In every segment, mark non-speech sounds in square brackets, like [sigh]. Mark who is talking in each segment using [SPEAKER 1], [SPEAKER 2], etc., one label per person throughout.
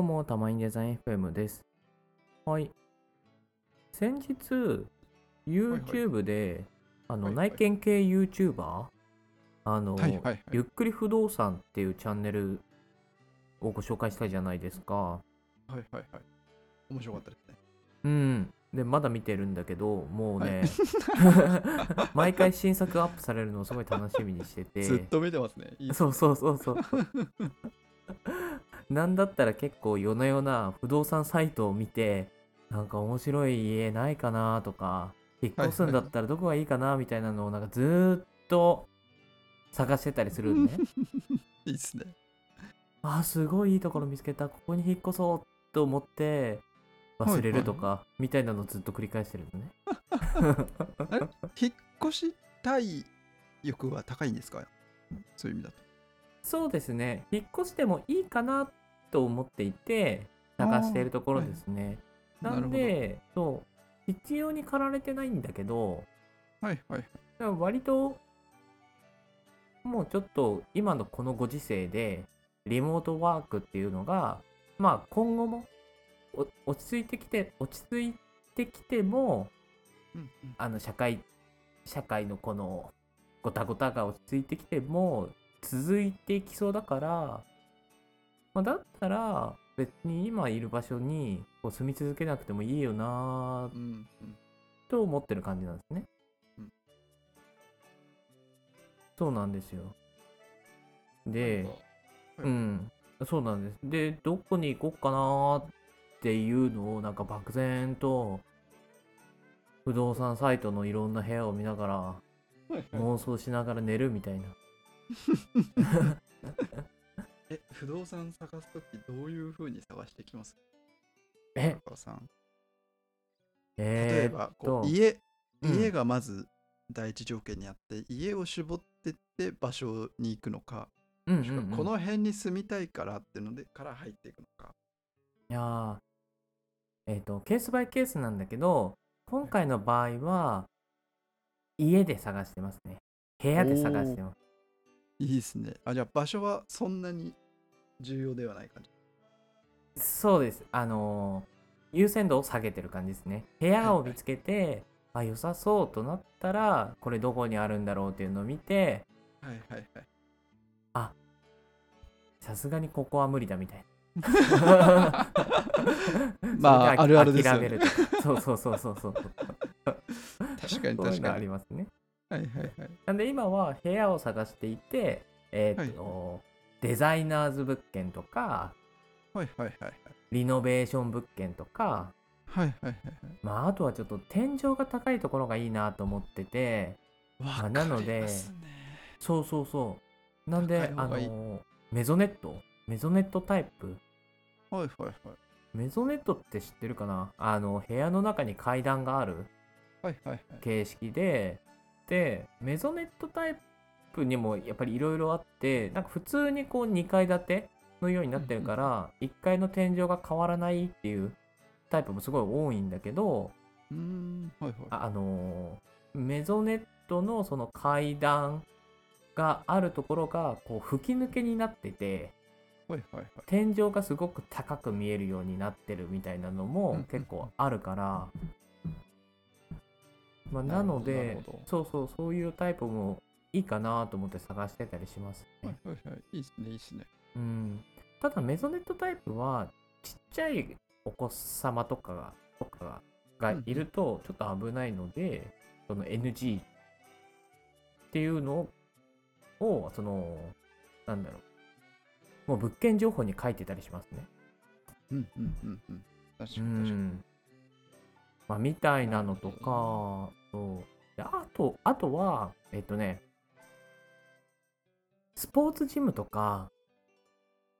[SPEAKER 1] もたまにデザイン FM です。はい。先日、YouTube で、あの、
[SPEAKER 2] はいはい
[SPEAKER 1] 内見系 YouTuber、あの、
[SPEAKER 2] はいはいはい
[SPEAKER 1] ゆっくり不動産っていうチャンネルをご紹介したじゃないですか。
[SPEAKER 2] はいはいはい。面白かったですね。
[SPEAKER 1] うん。で、まだ見てるんだけど、もうね、 [laughs] 毎回新作アップされるのをすごい楽しみにしてて。
[SPEAKER 2] [laughs] ずっと見てますね。いい
[SPEAKER 1] そうそうそうそう。 [laughs] なんだったら結構夜な夜な不動産サイトを見て、なんか面白い家ないかなとか、引っ越すんだったらどこがいいかなみたいなのをなんかずーっと探してたりするんね。
[SPEAKER 2] いいですね。
[SPEAKER 1] あー、すごいいいところ見つけた、ここに引っ越そうと思って忘れるとか、みたいなのをずっと繰り返してるのね。 [laughs]
[SPEAKER 2] 引っ越したい欲は高いんですかそういう意味だと。
[SPEAKER 1] そうですね、引っ越してもいいかなと思っていて、探しているところですね。
[SPEAKER 2] あーは
[SPEAKER 1] ないんで、そう、必要に駆られてないんだけど、
[SPEAKER 2] はいはいはい。
[SPEAKER 1] でも割と、もうちょっと今のこのご時世で、リモートワークっていうのが、まあ今後もお落ち着いてきて、落ち着いてきても、
[SPEAKER 2] うんうん
[SPEAKER 1] あの社会社会のこのごたごたが落ち着いてきても続いていきそうだから、まあ、だったら別に今いる場所にこう住み続けなくてもいいよなぁ
[SPEAKER 2] うんうん
[SPEAKER 1] と思ってる感じなんですね。
[SPEAKER 2] うん
[SPEAKER 1] そうなんですよ。
[SPEAKER 2] な
[SPEAKER 1] で
[SPEAKER 2] るほ、
[SPEAKER 1] う
[SPEAKER 2] どはい
[SPEAKER 1] ん、そうなんです。で、どこに行こうかなーっていうのを、なんか漠然と、不動産サイトのいろんな部屋を見ながら、妄想しながら寝るみたいな。
[SPEAKER 2] え、不動産探すときどういうふうに探してきます
[SPEAKER 1] え
[SPEAKER 2] 高田さん例え
[SPEAKER 1] えー、
[SPEAKER 2] ば
[SPEAKER 1] えー
[SPEAKER 2] こう、
[SPEAKER 1] っと
[SPEAKER 2] 家、
[SPEAKER 1] うん
[SPEAKER 2] 家がまず第一条件にあって、家を絞ってって場所に行くのか、
[SPEAKER 1] うんうん
[SPEAKER 2] もしくは
[SPEAKER 1] うん
[SPEAKER 2] この辺に住みたいからってのでから入っていくのか。
[SPEAKER 1] いやーえっ、と、ケースバイケースなんだけど、今回の場合は、家で探してますね。部屋で探してます。
[SPEAKER 2] いいですね。あ、じゃあ場所はそんなに重要ではない感じ。
[SPEAKER 1] そうです。あのー優先度を下げてる感じですね。部屋を見つけて、あ、良さそうとなったら、これどこにあるんだろうっていうのを見て、
[SPEAKER 2] はいはいはい。
[SPEAKER 1] さすがにここは無理だみたいな。
[SPEAKER 2] [laughs] まあ
[SPEAKER 1] それ
[SPEAKER 2] あるあるですよ
[SPEAKER 1] 諦
[SPEAKER 2] ね
[SPEAKER 1] めるとかそうそうそうそう
[SPEAKER 2] [laughs]
[SPEAKER 1] そう。
[SPEAKER 2] 確かに
[SPEAKER 1] そういう
[SPEAKER 2] 確
[SPEAKER 1] の
[SPEAKER 2] か
[SPEAKER 1] あり
[SPEAKER 2] に。
[SPEAKER 1] ますね。
[SPEAKER 2] はいはいはい。
[SPEAKER 1] なんで今は部屋を探していて、えーっと、デザイナーズ物件とか、
[SPEAKER 2] はいはいはい
[SPEAKER 1] リノベーション物件とか、
[SPEAKER 2] はい。はいはいはい
[SPEAKER 1] まあ、あとはちょっと天井が高いところがいいなと思ってて、
[SPEAKER 2] はい。
[SPEAKER 1] あ
[SPEAKER 2] わ
[SPEAKER 1] なの
[SPEAKER 2] か
[SPEAKER 1] で
[SPEAKER 2] りますね。
[SPEAKER 1] そうそうそう。なんで、
[SPEAKER 2] 高い
[SPEAKER 1] あ
[SPEAKER 2] 方がいい
[SPEAKER 1] の、メゾネットメゾネットタイプ
[SPEAKER 2] はいはいはい。
[SPEAKER 1] メゾネットって知ってるかなあの、部屋の中に階段がある
[SPEAKER 2] はいはいはい。
[SPEAKER 1] 形式で、で、メゾネットタイプにもやっぱりいろいろあって、なんか普通にこう2階建てのようになってるから、1階の天井が変わらないっていうタイプもすごい多いんだけど、
[SPEAKER 2] うーん。はいはい。
[SPEAKER 1] ああのーメゾネットのその階段があるところがこう吹き抜けになってて
[SPEAKER 2] はいはいはい。
[SPEAKER 1] 天井がすごく高く見えるようになってるみたいなの
[SPEAKER 2] うんう
[SPEAKER 1] も
[SPEAKER 2] ん
[SPEAKER 1] 結構あるから、まあ、
[SPEAKER 2] な
[SPEAKER 1] な
[SPEAKER 2] る
[SPEAKER 1] の
[SPEAKER 2] ほどな
[SPEAKER 1] で
[SPEAKER 2] るほど
[SPEAKER 1] そうそうそういうタイプもいいかなと思って探してたりします
[SPEAKER 2] は
[SPEAKER 1] ね
[SPEAKER 2] い、はいはい。いいですねいいですね。
[SPEAKER 1] うん、ただメゾネットタイプはちっちゃいお子様とかがとかが
[SPEAKER 2] うんうん
[SPEAKER 1] いるとちょっと危ないので、その NG っていうのをそのなんだろうもう物件情報に書いてたりしますね。
[SPEAKER 2] うんうんうんうん。確か
[SPEAKER 1] う
[SPEAKER 2] に確かに。
[SPEAKER 1] んまあ、みたいなのとか、そうであと、あとは、えっとね、スポーツジムとか、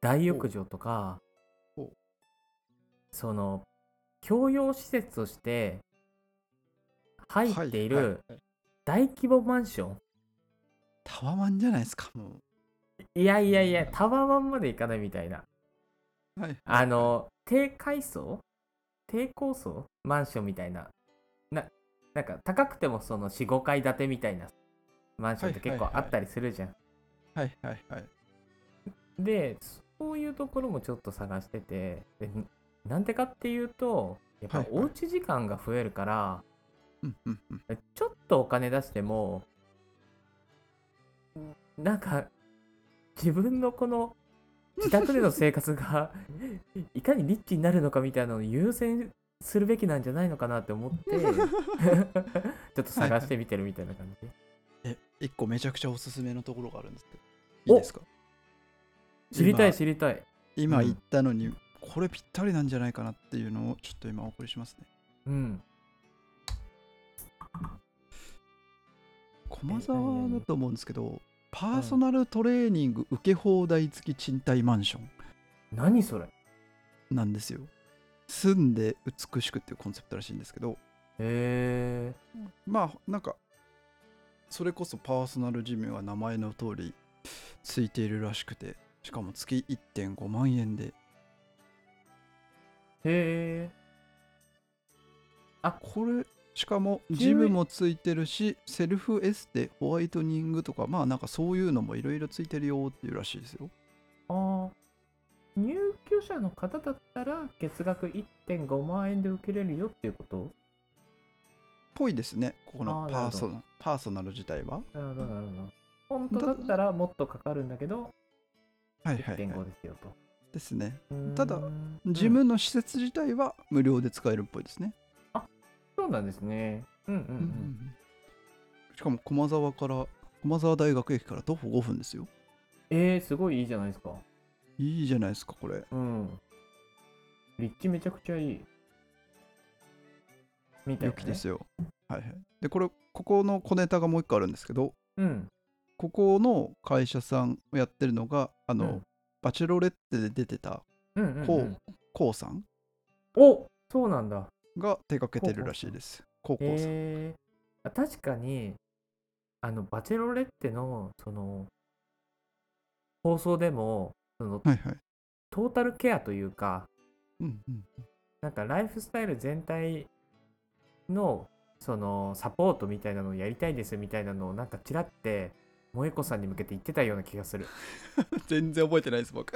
[SPEAKER 1] 大浴場とか
[SPEAKER 2] ほう、
[SPEAKER 1] その、共用施設として入ってい
[SPEAKER 2] はいは
[SPEAKER 1] る
[SPEAKER 2] いはい
[SPEAKER 1] 大規模マンション。
[SPEAKER 2] タワマンじゃないですかも
[SPEAKER 1] いやいやいや、タワマンまで行かないみたいな。
[SPEAKER 2] う。はい。
[SPEAKER 1] あの、低階層低高層マンションみたいな。な、なんか高くてもその4、5階建てみたいなマンションって
[SPEAKER 2] は
[SPEAKER 1] 結
[SPEAKER 2] いはいはい
[SPEAKER 1] 構あったりするじゃん。
[SPEAKER 2] はいはいはい。
[SPEAKER 1] で、そそういうところもちょっと探しててでなんでかっていうとやっぱ
[SPEAKER 2] はいはい
[SPEAKER 1] おうち時間が増えるから、
[SPEAKER 2] うんうん
[SPEAKER 1] [laughs]
[SPEAKER 2] うん
[SPEAKER 1] ちょっとお金出してもなんか自分のこの自宅での生活 [laughs] がいかにリッチになるのかみたいなのを優先するべきなんじゃないのかなって思ってちょっと探してみてるみたいな感じ、
[SPEAKER 2] え一個めちゃくちゃおすすめのところがあるんですけ
[SPEAKER 1] お
[SPEAKER 2] どいいですか
[SPEAKER 1] 知りたい知りたい
[SPEAKER 2] 今
[SPEAKER 1] うん
[SPEAKER 2] 言ったのに、これぴったりなんじゃないかなっていうのをちょっと今お送りしますね
[SPEAKER 1] うん
[SPEAKER 2] 駒沢だと思うんですけどパーソナルトレーニング受け放題付き賃貸マンション
[SPEAKER 1] 何それへ
[SPEAKER 2] なんですよ住んで美しくっていうコンセプトらしいんですけど
[SPEAKER 1] え
[SPEAKER 2] まあなんかそれこそパーソナルジムは名前の通りついているらしくてしかも月1.5万円で
[SPEAKER 1] へえ
[SPEAKER 2] これしかもジムもついてるしセルフエステホワイトニングとかまあなんかそういうのもいろいろついてるよっていうらしいですよ
[SPEAKER 1] ああ入居者の方だったら月額1.5万円で受けれるよっていうこと
[SPEAKER 2] ぽいですねここの
[SPEAKER 1] あーなる
[SPEAKER 2] パ
[SPEAKER 1] ほ
[SPEAKER 2] ー
[SPEAKER 1] ど
[SPEAKER 2] ソナルパーソナル自体は
[SPEAKER 1] なるほどなるほど。本当だったらもっとかかるんだけど、
[SPEAKER 2] はいはい、はい
[SPEAKER 1] 1.5、ですよと。
[SPEAKER 2] ですね
[SPEAKER 1] うーん
[SPEAKER 2] ただ、ジ
[SPEAKER 1] 自分
[SPEAKER 2] ムの施設自体は無料で使えるっぽいですね、
[SPEAKER 1] そうなんですね。うんうんうん。
[SPEAKER 2] しかも駒沢から駒沢大学駅から徒歩5分ですよ
[SPEAKER 1] えー、すごいいいじゃないですか。
[SPEAKER 2] いいじゃないですかこれ
[SPEAKER 1] うん。立地めちゃくちゃいい。みたい
[SPEAKER 2] 良
[SPEAKER 1] な、ね。
[SPEAKER 2] きですよはいはいでこれここの小ネタがもう一個あるんですけど
[SPEAKER 1] うん。
[SPEAKER 2] ここの会社さんをやってるのがあの、
[SPEAKER 1] うん
[SPEAKER 2] バチェロレッテで出てた
[SPEAKER 1] うんうん、うん。
[SPEAKER 2] こうコウさん
[SPEAKER 1] おそうなんだ。
[SPEAKER 2] が手掛けてるらしいですコウコウさん、
[SPEAKER 1] えー、あ確かに、あの、バチェロレッテの、その、放送でも、その、
[SPEAKER 2] はいはい
[SPEAKER 1] トータルケアというか、
[SPEAKER 2] うんうん
[SPEAKER 1] なんかライフスタイル全体のそのサポートみたいなのをやりたいですみたいなのをなんかちらって萌子さんに向けて言ってたような気がする。
[SPEAKER 2] [laughs]
[SPEAKER 1] [laughs]
[SPEAKER 2] 全然覚えてないです僕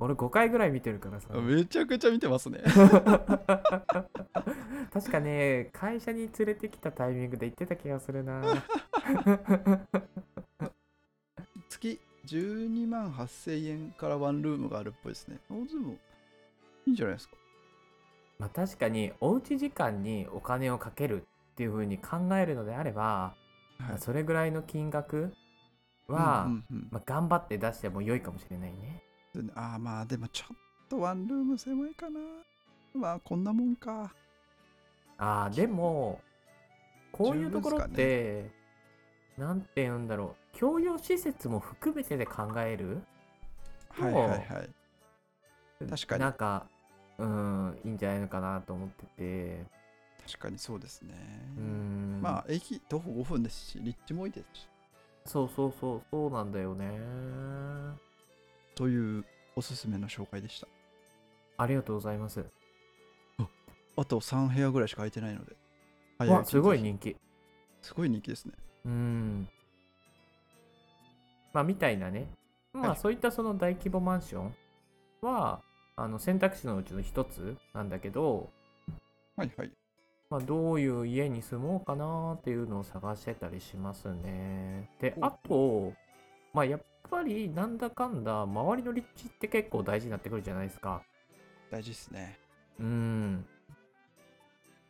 [SPEAKER 1] 俺5回ぐらい見てるからさ
[SPEAKER 2] めちゃくちゃ見てますね
[SPEAKER 1] 確かね会社に連れてきたタイミングで言ってた気がするな
[SPEAKER 2] [laughs]
[SPEAKER 1] [laughs]
[SPEAKER 2] 月12万8000円からワンルームがあるっぽいですねあでもいいんじゃないですか
[SPEAKER 1] まあ確かにおうち時間にお金をかけるっていう風に考えるのであれば、
[SPEAKER 2] はい
[SPEAKER 1] まあそれぐらいの金額は、
[SPEAKER 2] うんうんうん
[SPEAKER 1] まあ、頑張って出しても良いかもしれないね。
[SPEAKER 2] そうねああまあでもちょっとワンルーム狭いかなまあこんなもんか
[SPEAKER 1] ああでもこういうところっ
[SPEAKER 2] 十分
[SPEAKER 1] てなんて言うんだろう共用施設も含めてで考える
[SPEAKER 2] はいはいはい確かに
[SPEAKER 1] なんかうんいいんじゃないのかなと思ってて
[SPEAKER 2] 確かにそうですね
[SPEAKER 1] うん
[SPEAKER 2] まあ駅徒歩5分ですし立地もいいですし
[SPEAKER 1] そうそうそうそうなんだよね
[SPEAKER 2] というおすすめの紹介でした
[SPEAKER 1] ありがとうございます
[SPEAKER 2] あと3部屋ぐらいしか空いてないので早いうち
[SPEAKER 1] わ
[SPEAKER 2] に
[SPEAKER 1] すごい
[SPEAKER 2] ぜひ
[SPEAKER 1] 人気
[SPEAKER 2] すごい人気ですね
[SPEAKER 1] うんまあみたいなねま
[SPEAKER 2] は
[SPEAKER 1] あ
[SPEAKER 2] い
[SPEAKER 1] そういったその大規模マンションはあの選択肢のうちの一つなんだけど
[SPEAKER 2] はいはい
[SPEAKER 1] まあ、どういう家に住もうかなっていうのを探してたりしますね。で、
[SPEAKER 2] お
[SPEAKER 1] あと、まあ、やっぱりなんだかんだ周りの立地って結構大事になってくるじゃないですか。
[SPEAKER 2] 大事ですね
[SPEAKER 1] うん。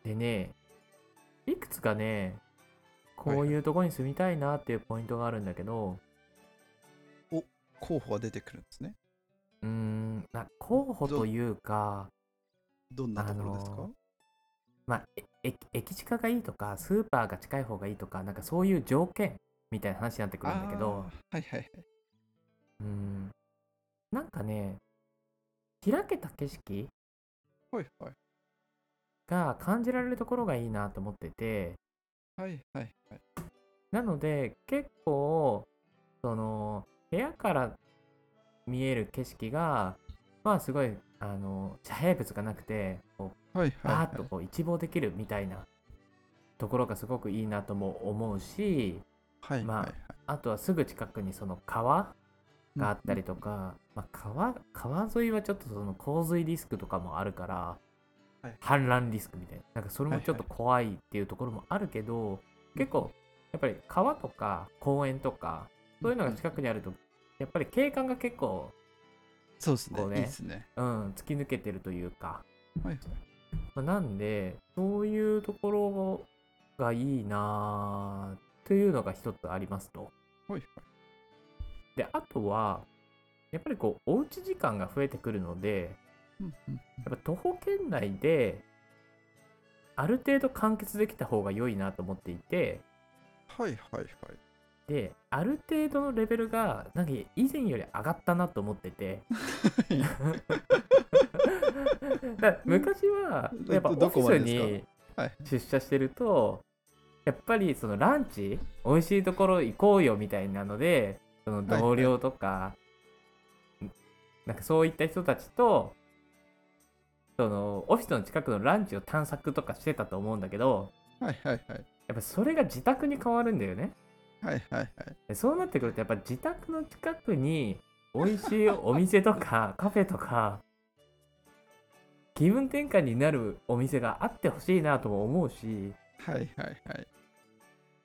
[SPEAKER 1] でね、いくつかね、こういうとこに住みたいなっていうポイントがあるんだけど、
[SPEAKER 2] 候補が出てくるんですね
[SPEAKER 1] うーん、な候補というか、
[SPEAKER 2] どんなところですか、
[SPEAKER 1] あのまあ、え駅駅近がいいとか、スーパーが近い方がいいとか、なんかそういう条件みたいな話になってくるんだけど、
[SPEAKER 2] あーはいはいはい
[SPEAKER 1] うんなんかね、開けた景色
[SPEAKER 2] はいはい
[SPEAKER 1] が感じられるところがいいなと思ってて、
[SPEAKER 2] はいはいはい
[SPEAKER 1] なので結構、その、部屋から見える景色が、まあすごい、あの、遮蔽物がなくて、こう
[SPEAKER 2] はいはい
[SPEAKER 1] バ
[SPEAKER 2] は
[SPEAKER 1] ーッと
[SPEAKER 2] い
[SPEAKER 1] こう一望できるみたいなところがすごくいいなとも思うし、
[SPEAKER 2] はいはい
[SPEAKER 1] まあ
[SPEAKER 2] はい。
[SPEAKER 1] あとはすぐ近くにその川があったり
[SPEAKER 2] うん
[SPEAKER 1] とか、まあ、川川沿いはちょっとその洪水リスクとかもあるから、
[SPEAKER 2] はい
[SPEAKER 1] 氾濫リスクみたいななんかそれもちょっと
[SPEAKER 2] は
[SPEAKER 1] 怖いっていうところもあるけど、結構やっぱり川とか公園とかそういうのが近くにあると、やっぱり景観が結構、
[SPEAKER 2] そうですね。
[SPEAKER 1] こうね
[SPEAKER 2] いいですね。
[SPEAKER 1] うん、突き抜けてるというか、
[SPEAKER 2] はいはい。
[SPEAKER 1] まあなんでそういうところがいいなあというのが一つありますと。
[SPEAKER 2] はいはい。
[SPEAKER 1] であとはやっぱりこうおうち時間が増えてくるので
[SPEAKER 2] うんうん
[SPEAKER 1] やっぱ徒歩圏内である程度完結できた方が良いなと思っていて
[SPEAKER 2] はいはいはい。
[SPEAKER 1] である程度のレベルがなんか以前より上がったなと思ってて [laughs] だから昔はやっぱオフ
[SPEAKER 2] どこま
[SPEAKER 1] ィ
[SPEAKER 2] で
[SPEAKER 1] ス
[SPEAKER 2] ですか
[SPEAKER 1] に
[SPEAKER 2] はい
[SPEAKER 1] 出社してるとやっぱりそのランチ美味しいところ行こうよみたいなのでその同僚とか、なんかそういった人たちとそのオフィスの近くのランチを探索とかしてたと思うんだけど
[SPEAKER 2] はいはいはい。
[SPEAKER 1] やっぱそれが自宅に変わるんだよね
[SPEAKER 2] はいはいはい。
[SPEAKER 1] でそうなってくるとやっぱ自宅の近くに美味しいお店とかカフェとか気分転換になるお店があってほしいなとも思うし
[SPEAKER 2] はいはいはい。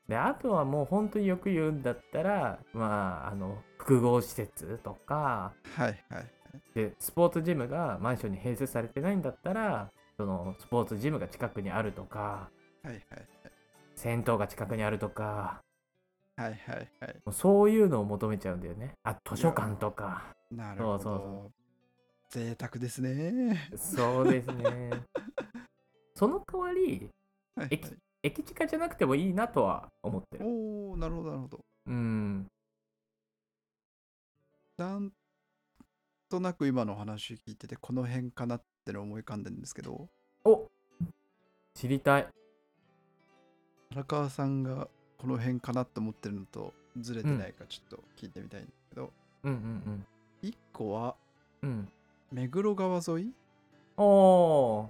[SPEAKER 1] であとはもう本当によく言うんだったらまああの複合施設とか
[SPEAKER 2] はいはい。
[SPEAKER 1] でスポーツジムがマンションに併設されてないんだったらそのスポーツジムが近くにあるとか
[SPEAKER 2] はいはい。
[SPEAKER 1] 銭湯が近くにあるとか
[SPEAKER 2] はいはいはい。
[SPEAKER 1] もうそういうのを求めちゃうんだよねあ図書館とか
[SPEAKER 2] なるほど。
[SPEAKER 1] そうそう
[SPEAKER 2] 贅沢ですね。
[SPEAKER 1] そうですねその代わり
[SPEAKER 2] はいはい
[SPEAKER 1] 駅駅近じゃなくてもいいなとは思ってる
[SPEAKER 2] おおなるほどなるほど。
[SPEAKER 1] うん
[SPEAKER 2] なんとなく今のお話聞いててこの辺かなっての思い浮かんでるんですけど
[SPEAKER 1] お知りたい
[SPEAKER 2] 荒川さんがこの辺かなって思ってるのとずれてないかちょっと聞いてみたいんだけど、
[SPEAKER 1] うんうん
[SPEAKER 2] 一個は
[SPEAKER 1] うんうん
[SPEAKER 2] 目黒川沿い、
[SPEAKER 1] おー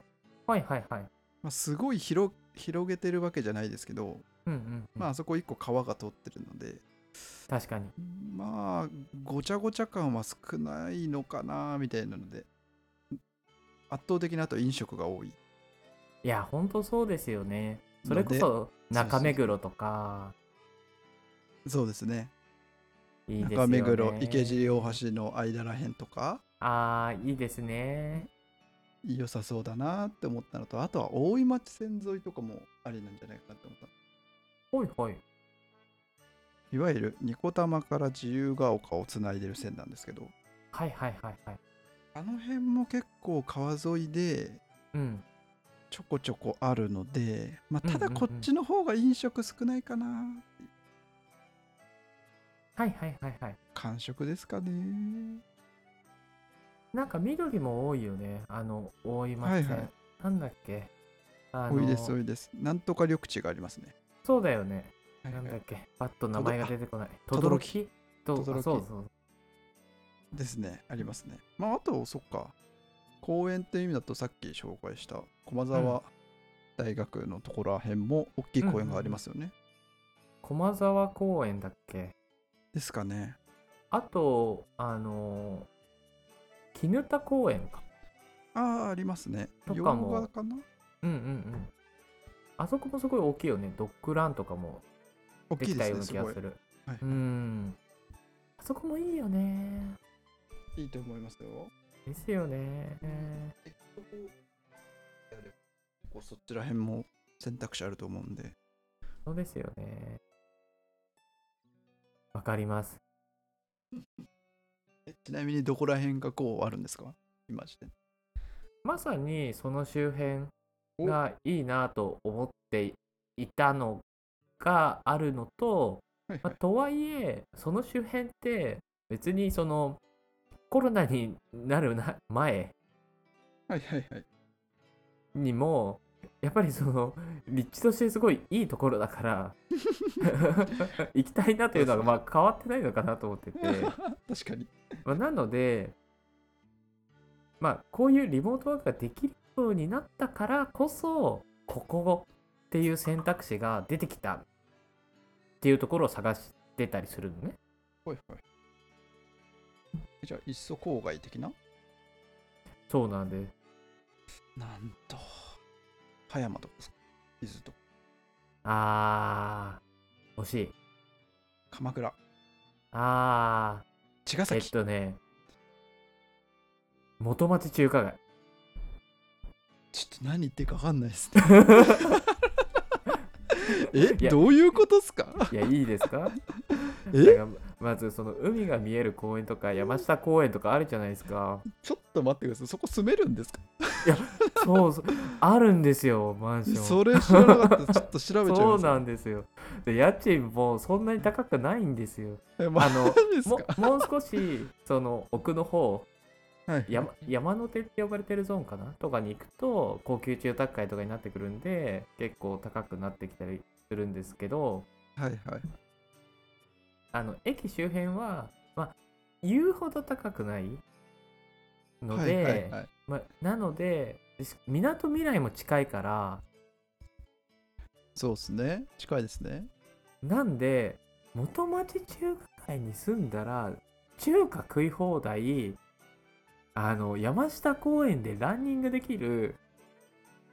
[SPEAKER 1] はいはいはい。
[SPEAKER 2] まあ、すごい広広げてるわけじゃないですけど、
[SPEAKER 1] うんうんうん、
[SPEAKER 2] まああそこ一個川が通ってるので
[SPEAKER 1] 確かに。
[SPEAKER 2] まあごちゃごちゃ感は少ないのかなみたいなので圧倒的なあと飲食が多い
[SPEAKER 1] いや、本当そうですよね。それこそ中目黒とか、
[SPEAKER 2] そうですね
[SPEAKER 1] いいですよ
[SPEAKER 2] 中
[SPEAKER 1] ね。
[SPEAKER 2] 目黒池尻大橋の間らへんとか
[SPEAKER 1] ああ、いいですね。
[SPEAKER 2] 良さそうだなって思ったのとあとは大井町線沿いとかもありなんじゃないかなって思った
[SPEAKER 1] ほいほい。
[SPEAKER 2] いわゆる二子玉から自由が丘をつないでる線なんですけど
[SPEAKER 1] はいはいはいはい。
[SPEAKER 2] あの辺も結構川沿いで
[SPEAKER 1] うん。
[SPEAKER 2] ちょこちょこあるので、まあ、
[SPEAKER 1] うんう
[SPEAKER 2] た
[SPEAKER 1] んうん
[SPEAKER 2] だこっちの方が飲食少ないかなっていう
[SPEAKER 1] はいはいはいはい。
[SPEAKER 2] 感触ですかね
[SPEAKER 1] なんか緑も多いよね。あの、大井町
[SPEAKER 2] はい
[SPEAKER 1] 線。
[SPEAKER 2] はい
[SPEAKER 1] なんだっけ。あの
[SPEAKER 2] 多いです多いですなんとか緑地がありますね
[SPEAKER 1] そうだよね。
[SPEAKER 2] はい
[SPEAKER 1] なん
[SPEAKER 2] は
[SPEAKER 1] だっ
[SPEAKER 2] い
[SPEAKER 1] け。パッと名前が出てこない。と
[SPEAKER 2] とど
[SPEAKER 1] ど
[SPEAKER 2] ろ
[SPEAKER 1] ろ
[SPEAKER 2] き
[SPEAKER 1] きと
[SPEAKER 2] とどろき
[SPEAKER 1] あそうそう。
[SPEAKER 2] ですねありますねまああとそっか公園っていう意味だとさっき紹介した駒
[SPEAKER 1] うん
[SPEAKER 2] 沢大学のところらへんも大きい公園がありますよね、
[SPEAKER 1] 駒沢公園だっけ。
[SPEAKER 2] ですかね
[SPEAKER 1] あと、あのー、絹田公園か。
[SPEAKER 2] ああありますね
[SPEAKER 1] と
[SPEAKER 2] 洋
[SPEAKER 1] かも
[SPEAKER 2] 画かな
[SPEAKER 1] うんうんうん。あそこもすごい大きいよね。ドッグランとかも
[SPEAKER 2] 大
[SPEAKER 1] で
[SPEAKER 2] きい
[SPEAKER 1] き
[SPEAKER 2] で
[SPEAKER 1] た
[SPEAKER 2] す
[SPEAKER 1] ような気
[SPEAKER 2] ねすご
[SPEAKER 1] が
[SPEAKER 2] い
[SPEAKER 1] する。
[SPEAKER 2] はい
[SPEAKER 1] うん。あそこもいいよね。
[SPEAKER 2] いいと思いますよ
[SPEAKER 1] ですよね。
[SPEAKER 2] こうそっちらへんも選択肢あると思うんで
[SPEAKER 1] そうですよね。わかります。
[SPEAKER 2] えちなみにどこらへんがこうあるんですか今時点
[SPEAKER 1] まさにその周辺がいいなと思っていたのがあるのと、
[SPEAKER 2] はい
[SPEAKER 1] まあ、とはいえその周辺って別にそのコロナになるな前
[SPEAKER 2] はいはいはい
[SPEAKER 1] にもやっぱりその立地としてすごいいいところだから
[SPEAKER 2] [laughs]
[SPEAKER 1] 行きたいなというのはまあ変わってないのかなと思ってて、
[SPEAKER 2] [laughs] 確かに
[SPEAKER 1] まあ、なのでまあこういうリモートワークができるようになったからこそここっていう選択肢が出てきたっていうところを探してたりするのね。
[SPEAKER 2] ほいほい。じゃあ、いっそ郊外的な
[SPEAKER 1] そうなんで、
[SPEAKER 2] なんと。葉山とかですか伊豆とか。
[SPEAKER 1] あー、惜しい。
[SPEAKER 2] 鎌倉。
[SPEAKER 1] あ
[SPEAKER 2] 茅ヶ
[SPEAKER 1] ー、え
[SPEAKER 2] 崎。
[SPEAKER 1] っとね、元町中華街。
[SPEAKER 2] ちょっと何言ってるか分かんな
[SPEAKER 1] [laughs]
[SPEAKER 2] いですね。え
[SPEAKER 1] いや
[SPEAKER 2] どういうことっすか
[SPEAKER 1] いや、いいですか
[SPEAKER 2] え
[SPEAKER 1] だからまず、その海が見える公園とか、山下公園とかあるじゃないですか。
[SPEAKER 2] ちょっと待ってください。そこ住めるんですか
[SPEAKER 1] そうそう、あるんですよ、マンション。
[SPEAKER 2] それ知らなかった。ちょ
[SPEAKER 1] [laughs]
[SPEAKER 2] っと調べちゃい
[SPEAKER 1] そ
[SPEAKER 2] ま
[SPEAKER 1] う
[SPEAKER 2] す。
[SPEAKER 1] なんですよ。で家賃もそんなに高くないんですよ。
[SPEAKER 2] え、マ
[SPEAKER 1] あの
[SPEAKER 2] ジです
[SPEAKER 1] も
[SPEAKER 2] か
[SPEAKER 1] もう少しその奥の方
[SPEAKER 2] はい。
[SPEAKER 1] 山山の手って呼ばれてるゾーンかなとかに行くと高級住宅街とかになってくるんで結構高くなってきたりするんですけど
[SPEAKER 2] はいはい。
[SPEAKER 1] あの駅周辺は、まあ、言うほど高くないので、
[SPEAKER 2] はいはいはい。
[SPEAKER 1] まあ、なのでみなとみらいも近いから
[SPEAKER 2] そうですね。近いで
[SPEAKER 1] [laughs]
[SPEAKER 2] すね。
[SPEAKER 1] なんで元町中華街に住んだら中華食い放題あの山下公園でランニングできる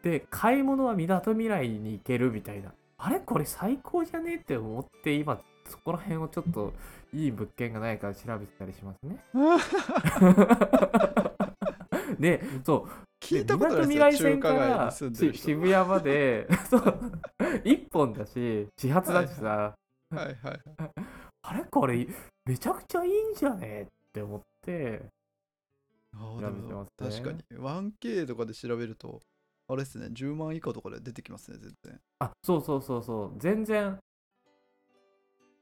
[SPEAKER 1] で買い物はみなとみらいに行けるみたいなあれこれ最高じゃねって思って今そこら辺をちょっといい物件がないから調べてたりしますね。でそう
[SPEAKER 2] 聞いたことない
[SPEAKER 1] み
[SPEAKER 2] で
[SPEAKER 1] なとみらい
[SPEAKER 2] すよ。中
[SPEAKER 1] 線か
[SPEAKER 2] 華街
[SPEAKER 1] ら
[SPEAKER 2] に住んでる
[SPEAKER 1] し
[SPEAKER 2] 人。
[SPEAKER 1] 渋谷まで [laughs] そう一本だし始発だしさ、
[SPEAKER 2] はいはいはい。
[SPEAKER 1] あれこれめちゃくちゃいいんじゃねって思って
[SPEAKER 2] ああ、
[SPEAKER 1] 調
[SPEAKER 2] で
[SPEAKER 1] べて
[SPEAKER 2] も
[SPEAKER 1] ま
[SPEAKER 2] 確
[SPEAKER 1] すね
[SPEAKER 2] かに。1K とかで調べると、あれですね、10万以下とかで出てきますね、全然。
[SPEAKER 1] あそうそうそうそう全然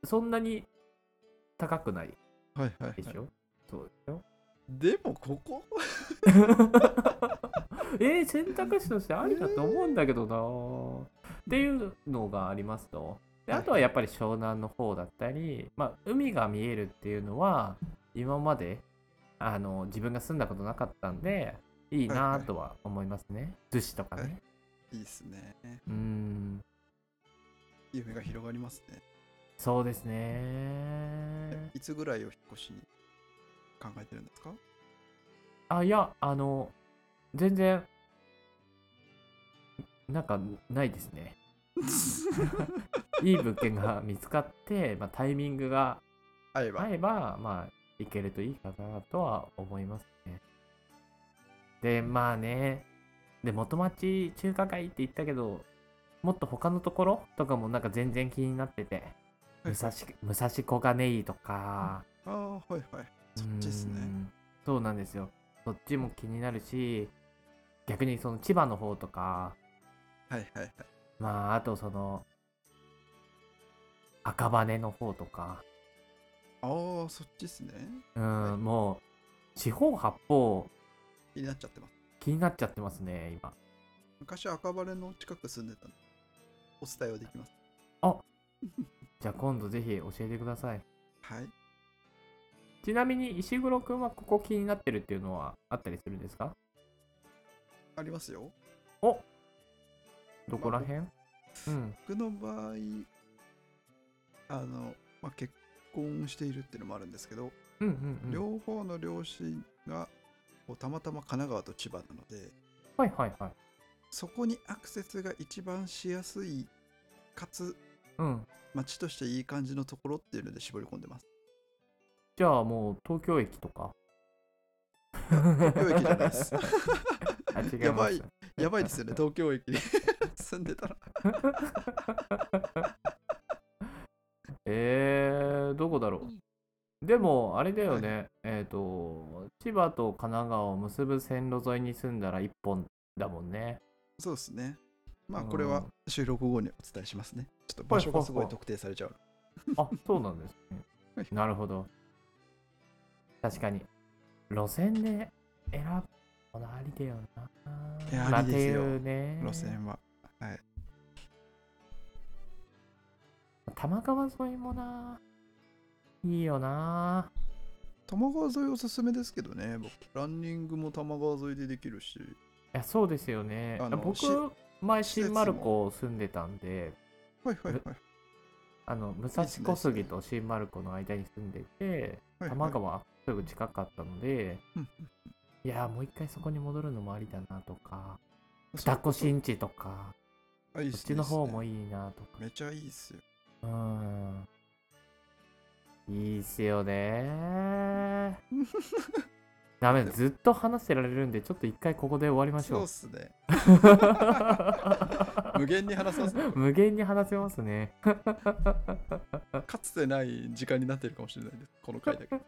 [SPEAKER 1] そんなに高くない
[SPEAKER 2] はいはい、は
[SPEAKER 1] で
[SPEAKER 2] い。
[SPEAKER 1] しょ、そうでしょ
[SPEAKER 2] でも、ここ [laughs]
[SPEAKER 1] えー、選択肢としてありだと思うんだけどなーっていうのがありますとであとはやっぱり湘南の方だったり、まあ、海が見えるっていうのは今まであの自分が住んだことなかったんでいいなーとは思いますね逗子とかね、
[SPEAKER 2] はいいいっすね。
[SPEAKER 1] うーん
[SPEAKER 2] 夢が広がりますね。
[SPEAKER 1] そうですね
[SPEAKER 2] えいつぐらいを引っ越しに考えてるんですか
[SPEAKER 1] あいやあの全然なんかないですねいい物件が見つかって、 [laughs] まあ、タイミングが
[SPEAKER 2] [laughs] 会えば。
[SPEAKER 1] 合えばまあいけるといいかなとは思いますねでまあねで元町中華街って言ったけどもっと他のところとかもなんか全然気になってて
[SPEAKER 2] は
[SPEAKER 1] 武
[SPEAKER 2] い
[SPEAKER 1] 蔵武蔵小金井とか、
[SPEAKER 2] ああ、はいはい。そっちです
[SPEAKER 1] うー
[SPEAKER 2] ね。
[SPEAKER 1] んそうなんですよそっちも気になるし逆にその千葉の方とか
[SPEAKER 2] はいはいはい。
[SPEAKER 1] まああとその赤羽の方とか
[SPEAKER 2] ああ、そっちですね。
[SPEAKER 1] うん、
[SPEAKER 2] はい
[SPEAKER 1] もう四方八方
[SPEAKER 2] 気になっちゃってます。
[SPEAKER 1] 気になっちゃってますね今
[SPEAKER 2] 昔、赤羽の近く住んでたんで、お伝えはできます。
[SPEAKER 1] じゃあ今度ぜひ教えてください
[SPEAKER 2] はい。
[SPEAKER 1] ちなみに石黒くんはここ気になってるっていうのはあったりするんですか
[SPEAKER 2] ありますよ。
[SPEAKER 1] どこら辺、うん
[SPEAKER 2] 僕の場合、あの、まあ、結婚しているっていうのもあるんですけど、
[SPEAKER 1] うんうんうん
[SPEAKER 2] 両方の両親がこうたまたま神奈川と千葉なので、
[SPEAKER 1] はいはいはい
[SPEAKER 2] そこにアクセスが一番しやすい、かつ
[SPEAKER 1] うん
[SPEAKER 2] 街としていい感じのところっていうので絞り込んでます。
[SPEAKER 1] じゃあもう東京駅とか
[SPEAKER 2] 東京駅じゃないです。
[SPEAKER 1] [laughs] あ違います
[SPEAKER 2] やばいやばいですよね、東京駅に住んでたら。
[SPEAKER 1] えー、どこだろうでも、あれだよね、えっ、と、千葉と神奈川を結ぶ線路沿いに住んだら一本だもん
[SPEAKER 2] [laughs]
[SPEAKER 1] ね。
[SPEAKER 2] そうですね。まあ、
[SPEAKER 1] うん
[SPEAKER 2] これは収録後にお伝えしますね。ちょっと場所がすごい特定されちゃう。
[SPEAKER 1] あ、そうなんですね
[SPEAKER 2] はい。
[SPEAKER 1] なるほど。確かに、路線で選ぶこのありだよな。
[SPEAKER 2] いや
[SPEAKER 1] ま
[SPEAKER 2] ありですよ
[SPEAKER 1] っていうね。
[SPEAKER 2] 路線は。はい。
[SPEAKER 1] 玉川沿いもな。いいよな。
[SPEAKER 2] 玉川沿いおすすめですけどね、僕。ランニングも玉川沿いでできるし。
[SPEAKER 1] いや、そうですよね
[SPEAKER 2] あの。し
[SPEAKER 1] 僕、前、
[SPEAKER 2] 施設
[SPEAKER 1] 新
[SPEAKER 2] も
[SPEAKER 1] 丸子住んでたんで、
[SPEAKER 2] はいはいはい。
[SPEAKER 1] あの武蔵小杉と新丸子の間に住んでいて
[SPEAKER 2] はい
[SPEAKER 1] 多摩川すぐ近かったので
[SPEAKER 2] うん
[SPEAKER 1] いやーもう一回そこに戻るのもありだなとか
[SPEAKER 2] そ
[SPEAKER 1] 二
[SPEAKER 2] う
[SPEAKER 1] 子新地とか
[SPEAKER 2] あいいっ
[SPEAKER 1] そっ
[SPEAKER 2] す
[SPEAKER 1] ち
[SPEAKER 2] ね
[SPEAKER 1] の方も
[SPEAKER 2] いいっ
[SPEAKER 1] いいなとか
[SPEAKER 2] すねめちゃいいっすよ
[SPEAKER 1] うーんいいっすよね
[SPEAKER 2] [laughs]
[SPEAKER 1] ーダメずっと話してられるんでちょっと一回ここで終わりまし
[SPEAKER 2] そう
[SPEAKER 1] ょ
[SPEAKER 2] っ
[SPEAKER 1] う
[SPEAKER 2] す
[SPEAKER 1] [laughs]
[SPEAKER 2] ね無限に話させ
[SPEAKER 1] 無限に話せますね
[SPEAKER 2] かつてない時間になってるかもしれないですこの回だけ